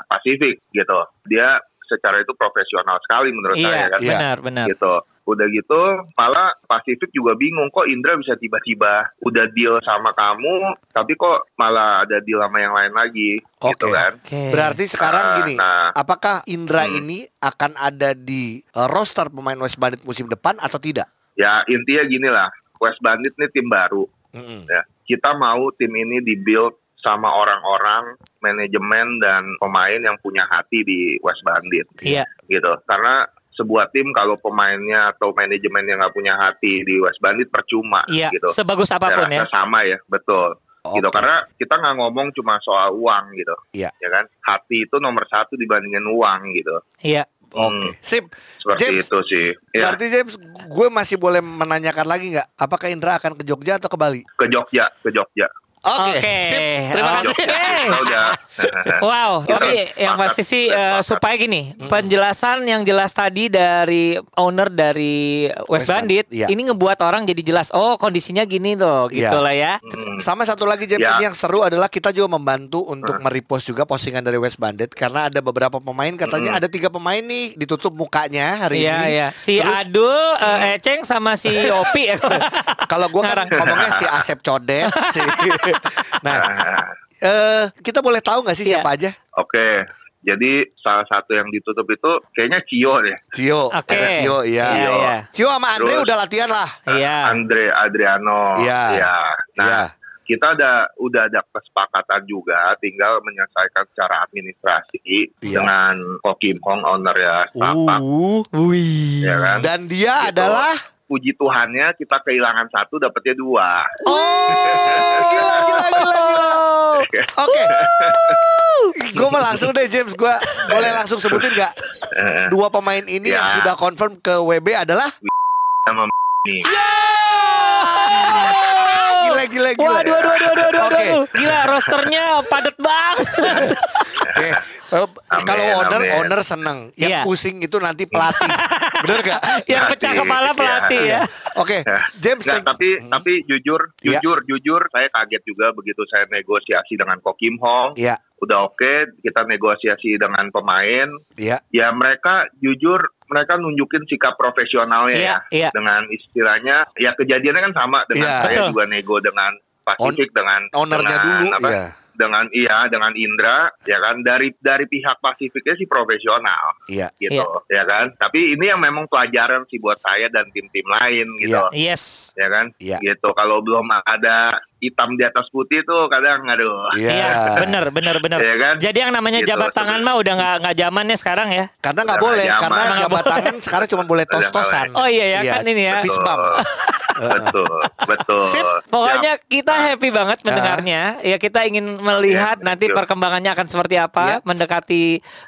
S4: Pasifik gitu. Dia secara itu profesional sekali menurut
S2: Iya,
S4: saya kan.
S1: Iya.
S2: benar, benar.
S4: gitu. Udah gitu, malah Pasifik juga bingung kok Indra bisa tiba-tiba udah deal sama kamu, tapi kok malah ada deal sama yang lain lagi, gitu
S1: Oke.
S4: kan?
S2: Oke.
S1: Berarti
S4: Nah,
S1: sekarang gini,
S4: nah,
S1: apakah Indra
S4: Hmm.
S1: ini akan ada di eh, roster pemain West Bandit musim depan atau tidak?
S4: ya intinya gini lah, West Bandit nih tim baru.
S1: Mm-mm.
S4: Ya. Kita mau tim ini dibuild sama orang-orang, manajemen dan pemain yang punya hati di West Bandit.
S2: Iya.
S4: gitu. Karena sebuah tim kalau pemainnya atau manajemen yang nggak punya hati di West Bandit percuma
S2: Iya,
S4: gitu.
S2: sebagus
S4: Saya
S2: apapun ya.
S4: rasa sama ya, betul. gitu
S1: Oke.
S4: karena kita nggak ngomong cuma soal uang gitu
S1: Iya.
S4: ya kan hati itu nomor satu dibandingin uang gitu
S2: Iya.
S1: Oke.
S4: Hmm,
S1: Sip.
S4: seperti
S1: James,
S4: itu sih ya
S1: Berarti James, gue masih boleh menanyakan lagi nggak? Apakah Indra akan ke Jogja atau ke Bali?
S4: ke Jogja ke Jogja
S1: Oke.
S2: Oke.
S1: Sip. Terima
S2: Oke.
S1: kasih.
S4: Kita udah
S1: Oh.
S2: Wow, tapi yang pasti sih eh, supaya gini, penjelasan yang jelas tadi dari owner dari
S1: West
S2: West Bandit,
S1: Bandit, iya.
S2: ini ngebuat orang jadi jelas, oh kondisinya gini loh,
S1: Iya.
S2: gitu lah ya.
S4: Hmm,
S1: Sama satu lagi James
S4: Ya.
S1: ini yang seru adalah kita juga membantu untuk
S4: Hmm.
S1: merepost juga postingan dari West Bandit karena ada beberapa pemain
S4: Hmm.
S1: katanya ada tiga pemain nih ditutup mukanya hari
S2: Iya,
S1: ini.
S2: iya. Si
S1: Terus-
S2: Adul, eh, Eceng sama si Yopi.
S1: Kalau gue kan
S2: Ngarang.
S1: ngomongnya si Asep Codet, si Nah,
S4: Nah,
S1: eh, kita boleh tahu nggak sih
S2: Iya.
S1: siapa aja?
S4: Oke, jadi salah satu yang ditutup itu kayaknya Cio deh.
S1: Cio,
S2: Oke.
S1: ada Cio, iya.
S2: Iya,
S1: Cio.
S2: iya.
S1: Cio sama Andre
S4: Terus.
S1: udah latihan lah.
S2: Iya.
S4: Andre Adriano.
S1: Ah. Iya.
S4: Iya. Nah,
S1: Iya.
S4: kita ada udah ada kesepakatan juga, tinggal menyelesaikan secara administrasi
S1: Iya.
S4: dengan Ko Kim Hong owner ya Setapak.
S1: Uh,
S2: Wih.
S4: Ya kan?
S1: dan dia
S4: Gitu.
S1: adalah
S4: Puji Tuhannya kita kehilangan satu dapatnya dua.
S1: Oh, gila gila gila gila. Oke. Gue mau langsung deh James, gue boleh langsung sebutin nggak
S4: Eh,
S1: dua pemain ini
S4: Ya.
S1: yang sudah confirm ke WB adalah?
S4: sama nih.
S1: Gila gila gila.
S2: Waduh,
S4: ya.
S2: waduh, waduh, waduh, waduh,
S1: Oke.
S2: waduh. Gila, rosternya padat banget.
S1: Oke, eh, kalau
S4: Amin,
S1: owner
S4: amin.
S1: owner seneng, yang
S2: Iya.
S1: pusing itu nanti pelatih, bener gak?
S2: Yang pecah
S4: Pelatih,
S2: kepala
S4: iya.
S2: pelatih ya.
S1: Oke, James,
S4: Nggak,
S1: thank-
S4: Nah, tapi tapi jujur
S1: Iya.
S4: jujur jujur saya kaget juga begitu saya negosiasi dengan Ko Kim Hong
S1: Iya,
S4: udah oke kita negosiasi dengan pemain
S1: iya,
S4: ya mereka jujur mereka nunjukin sikap profesionalnya
S2: Iya,
S4: ya
S2: iya.
S4: dengan istilahnya ya kejadiannya kan sama dengan
S1: Iya.
S4: saya
S2: Betul.
S4: juga nego dengan Pasifik dengan
S1: ownernya
S4: dengan
S1: dulu,
S4: apa,
S1: iya,
S4: dengan iya dengan Indra ya kan dari dari pihak Pasifiknya sih profesional
S1: iya.
S4: gitu ya kan tapi ini yang memang pelajaran sih buat saya dan tim-tim lain gitu
S1: Iya.
S2: Yes.
S4: ya kan?
S1: Iya.
S4: Gitu. Kalau belum ada hitam di atas putih tuh kadang aduh.
S2: Iya,
S1: Iya,
S2: benar, benar, benar.
S4: Iya kan?
S2: Jadi yang namanya
S4: Gitu,
S2: jabat tangan mah udah nggak nggak zamannya sekarang ya.
S1: karena nggak
S4: Udah
S1: boleh,
S4: nggak
S1: karena
S4: zaman.
S1: jabat
S2: Nggak
S1: tangan sekarang cuma boleh
S4: Udah nggak
S1: tos-tosan.
S2: boleh. Oh, iya ya, kan ini ya.
S1: Fist bump.
S4: betul, betul. Ya.
S1: Sip.
S2: Pokoknya kita
S4: Ah.
S2: happy banget mendengarnya. Ya kita ingin melihat
S4: Ya,
S2: nanti
S4: betul. Iya.
S2: perkembangannya akan seperti apa
S1: Ya.
S2: mendekati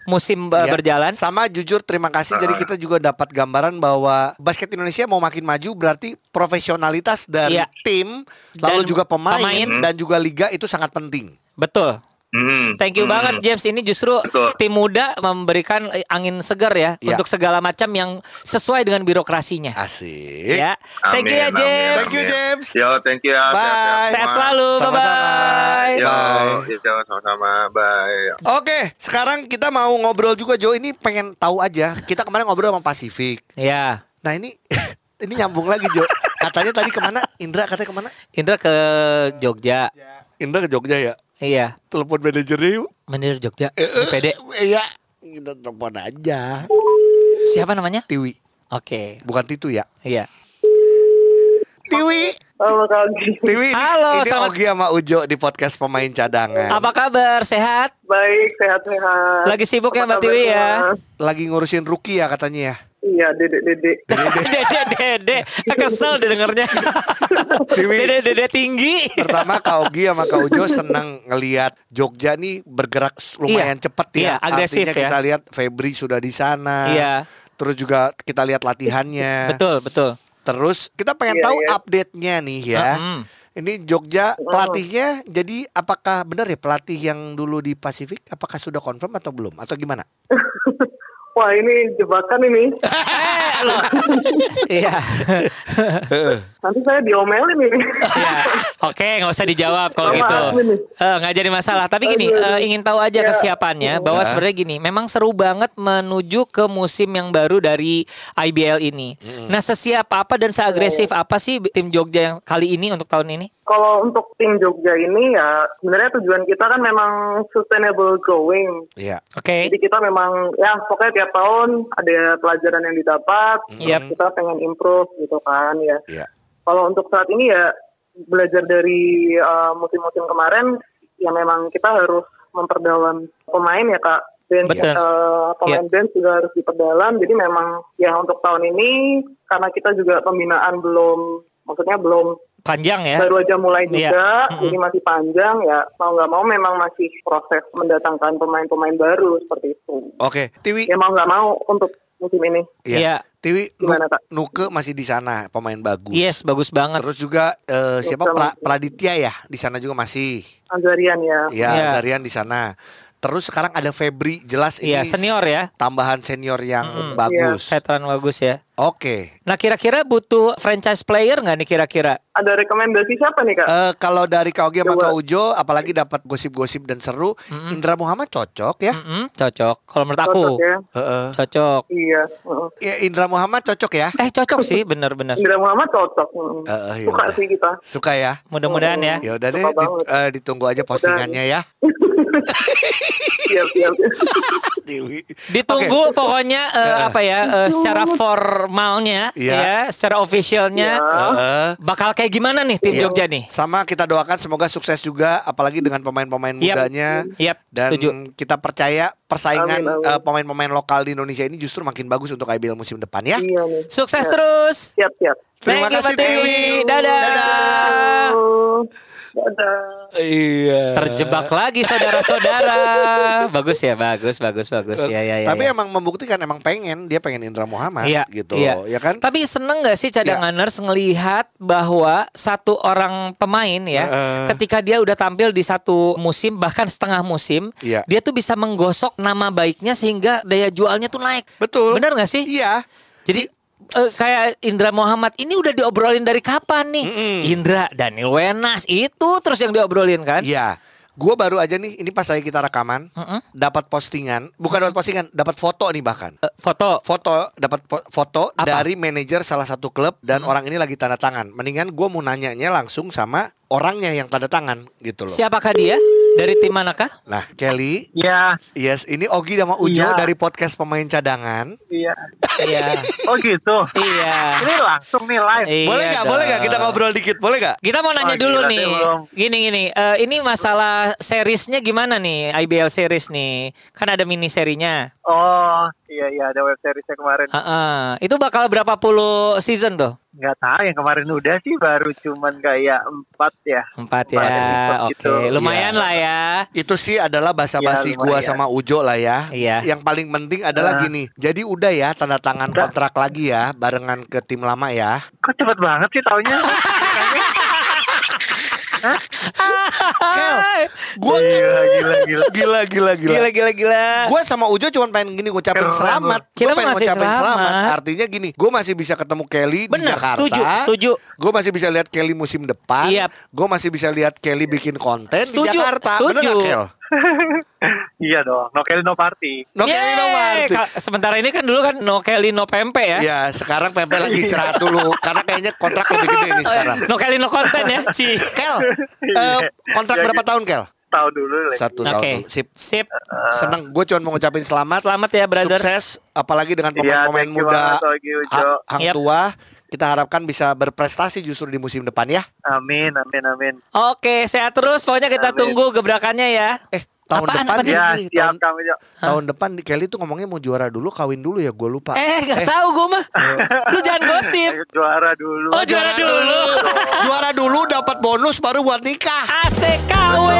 S2: musim uh,
S1: Iya.
S2: berjalan.
S1: Sama jujur terima kasih. Jadi kita juga dapat gambaran bahwa basket Indonesia mau makin maju berarti profesionalitas dari
S2: Iya.
S1: tim, lalu
S2: Dan
S1: juga pemain,
S2: pemain.
S1: dan juga liga itu sangat penting.
S2: Betul.
S4: Hmm,
S2: Thank you
S4: hmm.
S2: banget James ini justru
S4: Betul.
S2: tim muda memberikan eh, angin segar ya
S1: Iya.
S2: untuk segala macam yang sesuai dengan birokrasinya.
S1: Asik.
S2: Ya. Thank you ya
S4: Ah. Iya.
S2: James.
S4: Amin, amin,
S1: Thank you,
S4: amin.
S1: James.
S4: Yo, thank you. ya.
S1: Bye.
S2: Sehat
S4: semua.
S2: selalu. Bye
S1: Sama-sama.
S2: bye.
S4: Yo,
S1: Bye.
S4: yo, sama-sama. Bye.
S1: Oke, sekarang kita mau ngobrol juga Jo. Ini pengen tahu aja. Kita kemarin ngobrol sama Pasifik.
S2: Ya.
S1: Nah ini ini nyambung lagi Jo. Katanya tadi kemana? Indra katanya kemana?
S2: Indra ke Jogja.
S1: Indra ke Jogja ya.
S2: Iya.
S1: Telepon manajernya yuk.
S2: Menir Jogja.
S1: Eh, eh,
S2: DPD.
S1: Iya. Kita telepon aja.
S2: Siapa namanya?
S1: Tiwi.
S2: Oke.
S1: Bukan Titu ya.
S2: Iya.
S1: Tiwi.
S6: Halo Kak Ogi.
S1: Tiwi. ini-
S2: Halo,
S1: Ini
S2: selamat-
S1: Ogi sama Ujo di podcast pemain cadangan.
S2: Apa kabar? Sehat?
S6: Baik, sehat-sehat.
S2: Lagi sibuk ya,
S6: Apa
S2: Mbak Tiwi
S6: kabar
S2: ya?
S6: semua?
S1: Lagi ngurusin rookie ya katanya ya.
S6: Iya, dede-dede.
S2: Dede, dede, kesel dengernya.
S1: Tiwi.
S2: Dede, dede tinggi.
S1: Pertama Kak Ogi sama Kak Ujo senang ngelihat Jogja nih bergerak lumayan
S2: Iya.
S1: cepet ya.
S2: Iya, agresif
S1: Artinya
S2: ya.
S1: kita lihat Febri sudah di sana.
S2: Iya.
S1: Terus juga kita lihat latihannya.
S2: Betul, betul.
S1: Terus kita pengen
S6: Iya,
S1: tahu
S6: iya.
S1: update-nya nih ya.
S2: Mm-mm.
S1: Ini Jogja pelatihnya jadi apakah benar ya pelatih yang dulu di Pasifik apakah sudah confirm atau belum atau gimana?
S6: Wah, ini jebakan ini.
S2: Eh, loh. Iya.
S6: Nanti saya diomelin ini.
S2: Iya. Oke, nggak usah dijawab kalau
S6: Sama
S2: gitu.
S6: admin nih.
S2: Eh, Nggak jadi masalah. Tapi gini,
S6: Aduh,
S2: eh,
S6: aduh.
S2: ingin tahu aja
S6: Ya.
S2: kesiapannya bahwa
S1: Ya.
S2: sebenarnya gini, memang seru banget menuju ke musim yang baru dari IBL ini. Nah, sesiap apa dan seagresif
S6: Iya,
S2: apa sih tim Jogja yang kali ini untuk tahun ini?
S6: Kalau untuk tim Jogja ini ya sebenarnya tujuan kita kan memang sustainable growing.
S1: Iya.
S2: Oke.
S6: Jadi kita memang ya pokoknya tiap tahun ada pelajaran yang didapat,
S2: Yap.
S6: terus kita pengen improve gitu kan ya.
S1: Iya.
S6: Kalau untuk saat ini ya belajar dari eh, musim-musim kemarin ya memang kita harus memperdalam pemain ya kak. Bench,
S2: Betul. Iya.
S6: eh, pemain bench juga harus diperdalam. Jadi memang ya untuk tahun ini karena kita juga pembinaan belum, maksudnya belum
S2: Panjang ya.
S6: baru aja mulai juga,
S2: Iya. Mm-mm.
S6: jadi masih panjang ya. Mau nggak mau memang masih proses mendatangkan pemain-pemain baru seperti itu.
S1: Oke, Tiwi.
S6: Ya mau nggak mau untuk musim ini.
S1: Iya.
S2: Iya.
S1: Tiwi Nu-
S6: Gimana, Kak?
S1: Nuke masih di sana pemain bagus.
S2: Yes, bagus Iya, banget.
S1: Terus juga eh, siapa
S6: Nuke
S1: Pra-
S6: masih.
S1: Praditya ya di sana juga masih.
S6: Azarian ya.
S1: Ya,
S2: Iya.
S1: Zarian di sana. Terus sekarang ada Febri, jelas ini
S2: Iya, senior ya.
S1: Tambahan senior yang bagus.
S2: Veteran bagus ya.
S1: Oke.
S2: Nah kira-kira butuh franchise player nggak nih kira-kira?
S6: Ada rekomendasi siapa nih kak?
S1: Eh, kalau dari Kak Ogi sama
S6: Coba.
S1: Kak Ujo, apalagi dapat gosip-gosip dan seru, Indra Muhammad cocok ya.
S2: Mm-mm, cocok. Kalau menurut aku
S6: Cocok ya?
S1: Heeh.
S2: cocok.
S6: Iya. heeh.
S1: Ya, Indra Muhammad cocok ya.
S2: Eh cocok sih bener-bener.
S6: Indra Muhammad cocok. heeh.
S1: Heeh, ya
S6: Suka
S1: udah.
S6: sih kita.
S1: Suka ya.
S2: Mudah-mudahan ya.
S1: Ya udah deh,
S6: Suka
S1: dit-
S6: banget.
S1: eh, ditunggu aja postingannya ya.
S6: Siap, siap.
S1: Dewi.
S2: Ditunggu pokoknya eh, apa ya eh, secara formalnya
S1: Iya.
S2: ya, secara officialnya
S6: Iya.
S1: Oke. Heeh.
S2: bakal kayak gimana nih tim
S1: Iya.
S2: Jogja nih?
S1: Eh, Sama kita doakan semoga sukses juga apalagi dengan pemain-pemain
S2: Yap.
S1: mudanya.
S2: Yap,
S1: Iya. Dan
S2: setuju.
S1: kita percaya persaingan
S6: Amin, amin.
S1: eh, pemain-pemain lokal di Indonesia ini justru makin bagus untuk IBL musim depan ya.
S6: Iya nih.
S2: Sukses terus.
S6: Siap, siap.
S1: Terima
S2: Thank you,
S1: kasih,
S2: Mbak Dewi.
S1: Dewi.
S2: Dadah.
S1: Dadah.
S6: Dadah.
S1: Iya.
S2: Terjebak lagi saudara-saudara. bagus ya, bagus, bagus, bagus. Ya, ya, ya.
S1: Tapi
S2: ya.
S1: emang membuktikan emang pengen dia pengen Indra Muhammad
S2: Iya,
S1: gitu
S2: iya.
S1: loh, ya kan? Ya.
S2: Tapi seneng gak sih cadanganers ngelihat bahwa satu orang pemain ya,
S1: Heeh.
S2: ketika dia udah tampil di satu musim bahkan setengah musim,
S1: Iya.
S2: dia tuh bisa menggosok nama baiknya sehingga daya jualnya tuh naik.
S1: Betul.
S2: Bener gak sih?
S1: Iya.
S2: Jadi eh, kayak Indra Muhammad ini udah diobrolin dari kapan nih? Indra, Daniel Wenas itu terus yang diobrolin kan?
S1: Iya. Gue baru aja nih, ini pas lagi kita rekaman,
S2: Mm-mm.
S1: dapat postingan, bukan dapat postingan, dapat foto nih bahkan.
S2: Eh, foto.
S1: Foto dapat po- foto
S2: Apa?
S1: dari manajer salah satu klub dan orang ini lagi tanda tangan. Mendingan gue mau nanyanya langsung sama orangnya yang tanda tangan gitu loh.
S2: Siapakah dia? Dari tim manakah?
S1: Nah, Kelly,
S5: Ya,
S1: yes, ini Ogi sama Ujo
S5: Iya.
S1: dari podcast pemain cadangan.
S5: iya.
S2: Iya.
S5: Oh gitu.
S2: Iya.
S5: Ini langsung nih live.
S1: boleh nggak?
S2: dong.
S1: Boleh nggak kita ngobrol dikit? Boleh nggak?
S2: Kita mau nanya
S5: Oh,
S2: dulu
S5: gila,
S2: nih.
S5: saya belum.
S2: Gini gini, eh, ini masalah seriesnya gimana nih? IBL series nih. Kan ada mini serinya.
S5: Oh, iya iya ada web seriesnya kemarin.
S2: Heeh. Itu bakal berapa puluh season tuh?
S5: Nggak tahu yang kemarin udah sih baru cuman kayak empat ya.
S2: Empat
S5: Empat, empat
S2: ya. Oke,
S5: gitu.
S2: lumayan
S1: Iya.
S2: lah ya.
S1: Itu sih adalah basa-basi
S5: Ya,
S1: gua
S5: lumayan.
S1: sama Ujo lah ya.
S2: Iya.
S1: Yang paling penting adalah
S5: Ah.
S1: gini. Jadi udah ya tanda tangan
S5: Udah.
S1: kontrak lagi ya barengan ke tim lama ya.
S5: Kok cepet banget sih taunya?
S1: Kel, gua
S5: gila gila gila.
S1: gila gila gila.
S2: Gila gila gila.
S1: Gue sama Ujo cuma pengen gini ngucapin
S5: Keren,
S1: selamat. Gue
S2: Kita
S1: pengen
S2: masih
S1: ngucapin selamat.
S2: selamat.
S1: Artinya gini, gue masih bisa ketemu Kelly di
S2: Bener,
S1: Jakarta.
S2: setuju, setuju.
S1: Gue masih bisa lihat Kelly musim depan.
S2: Iya.
S1: Gue masih bisa lihat Kelly bikin konten di
S2: Setuju,
S1: Jakarta. Bener
S2: setuju.
S1: gak Kel?
S5: Iya dong. No Kelly no party.
S1: No Kelly no
S2: Yeay.
S1: Martin.
S2: Ka- Sementara ini kan dulu kan no Kelly no pempe ya.
S1: Ya sekarang Pepe lagi istirahat dulu Karena kayaknya kontrak lebih gede nih sekarang
S2: No Kelly no konten ya, Ci.
S1: Kel, eh, kontrak
S5: Iya,
S1: berapa
S5: gitu.
S1: tahun Kel?
S5: Tahu dulu lah.
S1: Satu tahun
S2: Oke.
S1: dulu. Sip.
S2: Sip.
S1: Seneng. Gue cuma mau ngucapin selamat.
S2: Selamat ya, brother.
S1: Sukses. Apalagi dengan
S5: Iya,
S1: pemain-pemain
S5: thank you
S1: muda
S5: banget, Ogi, Ujo.
S1: ha- hang
S2: Yap.
S1: tua. Kita harapkan bisa berprestasi justru di musim depan ya.
S5: Amin amin amin.
S2: Oke, sehat terus. Pokoknya kita
S5: Amin.
S2: tunggu gebrakannya ya.
S1: Eh tahun
S2: Apaan,
S1: depan
S2: apaan?
S1: ini,
S5: Ya
S1: tahun,
S5: siap kami Jo.
S1: tahun depan di Kelly tuh ngomongnya mau juara dulu, kawin dulu ya. Gue lupa.
S2: Eh, gak tahu gue mah. Lu jangan gosip.
S5: Ayo, Juara dulu.
S2: Oh, juara dulu.
S1: juara dulu dapat bonus baru buat nikah.
S2: ACKW.
S5: Ah.